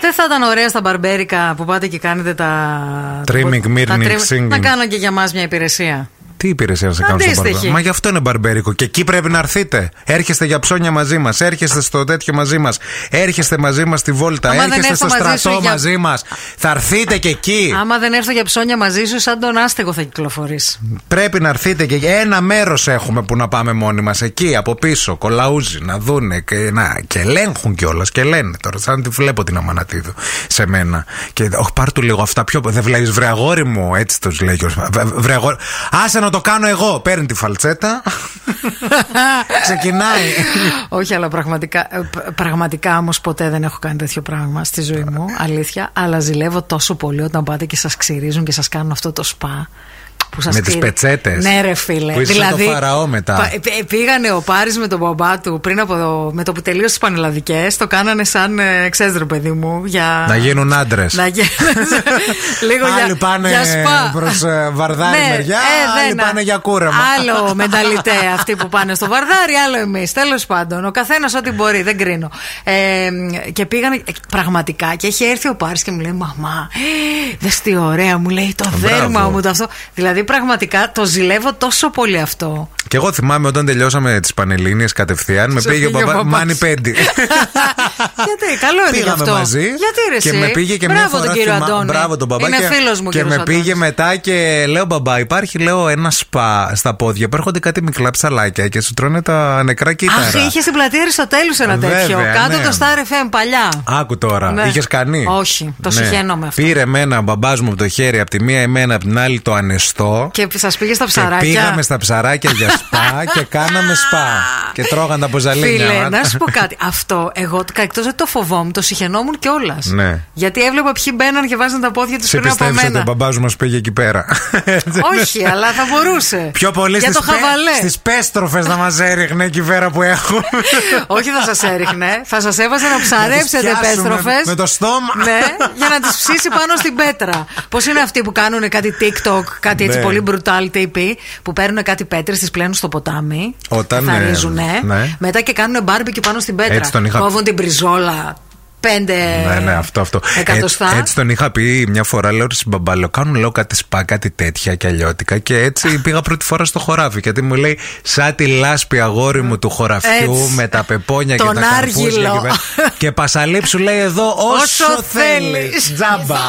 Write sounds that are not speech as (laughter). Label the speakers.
Speaker 1: Δεν θα ήταν ωραία στα μπαρμπέρικα που πάτε και κάνετε τα.
Speaker 2: Trimming,
Speaker 1: τα-
Speaker 2: mirroring,
Speaker 1: τα trim-
Speaker 2: singing.
Speaker 1: Να κάνω και για μας μια υπηρεσία.
Speaker 2: Τι υπηρεσία να σε κάνω στον
Speaker 1: Αντίστοιχη.
Speaker 2: μπαρμπέρικο. Μα γι' αυτό είναι μπαρμπέρικο. Και εκεί πρέπει να έρθετε. Έρχεστε για ψώνια μαζί μας. Έρχεστε στο τέτοιο μαζί μας. Έρχεστε μαζί μας στη βόλτα.
Speaker 1: Άμα δεν
Speaker 2: έρχεστε
Speaker 1: έρθω
Speaker 2: στο
Speaker 1: μαζί
Speaker 2: στρατό
Speaker 1: σου για-
Speaker 2: μαζί μας. Θα έρθείτε και εκεί.
Speaker 1: Άμα δεν έρθω για ψώνια μαζί σου, σαν τον άστεγο θα κυκλοφορείς.
Speaker 2: Πρέπει να έρθετε και ένα μέρος έχουμε που να πάμε μόνοι μας. Εκεί από πίσω, κολαούζι, να δούνε και, να, και ελέγχουν κιόλας. Και λένε τώρα, σαν τη βλέπω την αμανατίδου σε μένα. Και όχι, πάρ του λίγο αυτά πιο. Δεν βλέπεις, βρε αγόρι μου, έτσι τους λέει. κιόλας. «Βρε, Βρε αγόρι. Άσε να το κάνω εγώ. Παίρνει τη φαλτσέτα. Ξεκινάει.
Speaker 1: Όχι, αλλά πραγματικά, ε, π- πραγματικά όμως ποτέ δεν έχω κάνει τέτοιο πράγμα στη ζωή μου. Αλήθεια. Αλλά ζηλεύω τόσο πολύ όταν πάτε και σας ξυρίζουν και σας κάνουν αυτό το σπα. Που σας
Speaker 2: Με τις
Speaker 1: ξυρι-
Speaker 2: πετσέτες.
Speaker 1: Ναι, ρε φίλε.
Speaker 2: Που είσαι σαν το φαραώ μετά.
Speaker 1: πα- π- πήγανε ο Πάρης με τον μπαμπά του πριν από το, με το που τελείωσε τις πανελλαδικές. Το κάνανε σαν ε, ξέρεις, ρε παιδί μου. Για...
Speaker 2: να γίνουν άντρες.
Speaker 1: Να γέλασε. Λίγο
Speaker 2: Άλλοι
Speaker 1: για,
Speaker 2: πάνε
Speaker 1: για σπα. Ναι, ε,
Speaker 2: προς, ε, βαρδάρι μεριά, άλλοι
Speaker 1: δεν, α.
Speaker 2: πάνε για κούρεμα.
Speaker 1: Άλλο μενταλιτέ αυτοί που πάνε στο βαρδάρι, άλλο εμείς. Τέλος πάντων, ο καθένας ό,τι μπορεί, δεν κρίνω. Ε, και πήγανε ε, πραγματικά και έχει έρθει ο Πάρης και μου λέει: Μαμά, δες τι ωραία, μου λέει το
Speaker 2: Μπράβο.
Speaker 1: δέρμα μου το αυτό. Δηλαδή, πραγματικά το ζηλεύω τόσο πολύ αυτό.
Speaker 2: Και εγώ θυμάμαι όταν τελειώσαμε τις Πανελλήνιες κατευθείαν, με
Speaker 1: Σε
Speaker 2: πήγε ο
Speaker 1: πήγε ο
Speaker 2: μπαμπά.
Speaker 1: μπαμπάς.
Speaker 2: Μάνι πέντε.
Speaker 1: (laughs) Γιατί, καλό είναι γι'
Speaker 2: Πήγαμε
Speaker 1: αυτό.
Speaker 2: μαζί.
Speaker 1: Γιατί ρε,
Speaker 2: και
Speaker 1: εσύ?
Speaker 2: με πήγε και μια
Speaker 1: Μπράβο
Speaker 2: φορά
Speaker 1: τον κύριο
Speaker 2: θυμά-
Speaker 1: Αντώνη.
Speaker 2: Μπράβο τον μπαμπά.
Speaker 1: Είναι
Speaker 2: και-
Speaker 1: φίλος μου
Speaker 2: Και
Speaker 1: κύριος
Speaker 2: με πήγε
Speaker 1: Αντώνης.
Speaker 2: μετά και λέω μπαμπά, υπάρχει λέω ένα σπα στα πόδια που έρχονται κάτι μικρά ψαλάκια και σου τρώνε τα νεκρά κύτταρα.
Speaker 1: Αχ, είχες στην πλατεία Αριστοτέλους ένα
Speaker 2: Βέβαια,
Speaker 1: τέτοιο. Κάτω
Speaker 2: ναι.
Speaker 1: το Star FM παλιά.
Speaker 2: Άκου τώρα,
Speaker 1: Ναι.
Speaker 2: είχες κάνει. Ναι.
Speaker 1: Όχι, το συγχαίρομαι αυτό.
Speaker 2: Πήρε εμένα ο μπαμπάς μου από το χέρι, από τη μία εμένα, από την άλλη το ανεστό.
Speaker 1: Και σας πήγε στα
Speaker 2: Και
Speaker 1: ψαράκια.
Speaker 2: πήγαμε στα ψαράκια για
Speaker 1: (laughs)
Speaker 2: σπα και κάναμε σπα. Και τρώγαν τα μποζαλίνια.
Speaker 1: Φίλε, να
Speaker 2: (laughs)
Speaker 1: σου πω κάτι. Αυτό εγώ εκτός ότι το φοβόμουν, το συχαινόμουν κιόλας.
Speaker 2: Ναι.
Speaker 1: Γιατί έβλεπα ποιοι μπαίναν και βάζαν τα πόδια τους
Speaker 2: Σε
Speaker 1: πριν από
Speaker 2: πιστεύεις ότι ο
Speaker 1: μένα.
Speaker 2: μπαμπάς μας πήγε εκεί πέρα.
Speaker 1: Όχι, αλλά θα μπορούσε.
Speaker 2: Πιο πολύ
Speaker 1: Για
Speaker 2: στις,
Speaker 1: το χαβαλέ.
Speaker 2: πέ, στις πέστροφες να μας έριχνε εκεί πέρα που
Speaker 1: (laughs)
Speaker 2: έχουμε.
Speaker 1: Όχι, θα σας έριχνε. Θα σας έβαζε να ψαρέψετε
Speaker 2: Να τις πιάσουμε
Speaker 1: επέστροφε.
Speaker 2: με το στόμα.
Speaker 1: Ναι, για να τις ψήσει πάνω στην πέτρα. Πώς είναι αυτοί που κάνουν κάτι TikTok, κάτι έτσι
Speaker 2: Ναι.
Speaker 1: πολύ brutal TP, που παίρνουν κάτι πέτρες, τις πλένουν στο ποτάμι.
Speaker 2: Όταν,
Speaker 1: θα
Speaker 2: ε,
Speaker 1: ρίζουνε,
Speaker 2: ναι.
Speaker 1: Μετά και κάνουν μπάρμπικι πάνω στην πέτρα.
Speaker 2: Έτσι τον είχα-
Speaker 1: Κόβουν την πριζόλα. Πέντε.
Speaker 2: ναι, ναι, αυτό, αυτό.
Speaker 1: Εκατοστά.
Speaker 2: Έτσι, έτσι τον είχα πει μια φορά, λέω ρε συμπαμπά, λέω κάνουν λέω κάτι σπα, κάτι τέτοια και αλλιώτικα και έτσι πήγα πρώτη φορά στο χωράφι γιατί μου λέει σαν τη λάσπη αγόρι μου του χωραφιού
Speaker 1: Έτσι.
Speaker 2: με τα πεπόνια
Speaker 1: Τον
Speaker 2: και τα καρπούζια
Speaker 1: άργυλο.
Speaker 2: και, πέρα. και πασαλίψου λέει εδώ όσο,
Speaker 1: Όσο
Speaker 2: θέλεις.
Speaker 1: θέλεις.
Speaker 2: Τζάμπα.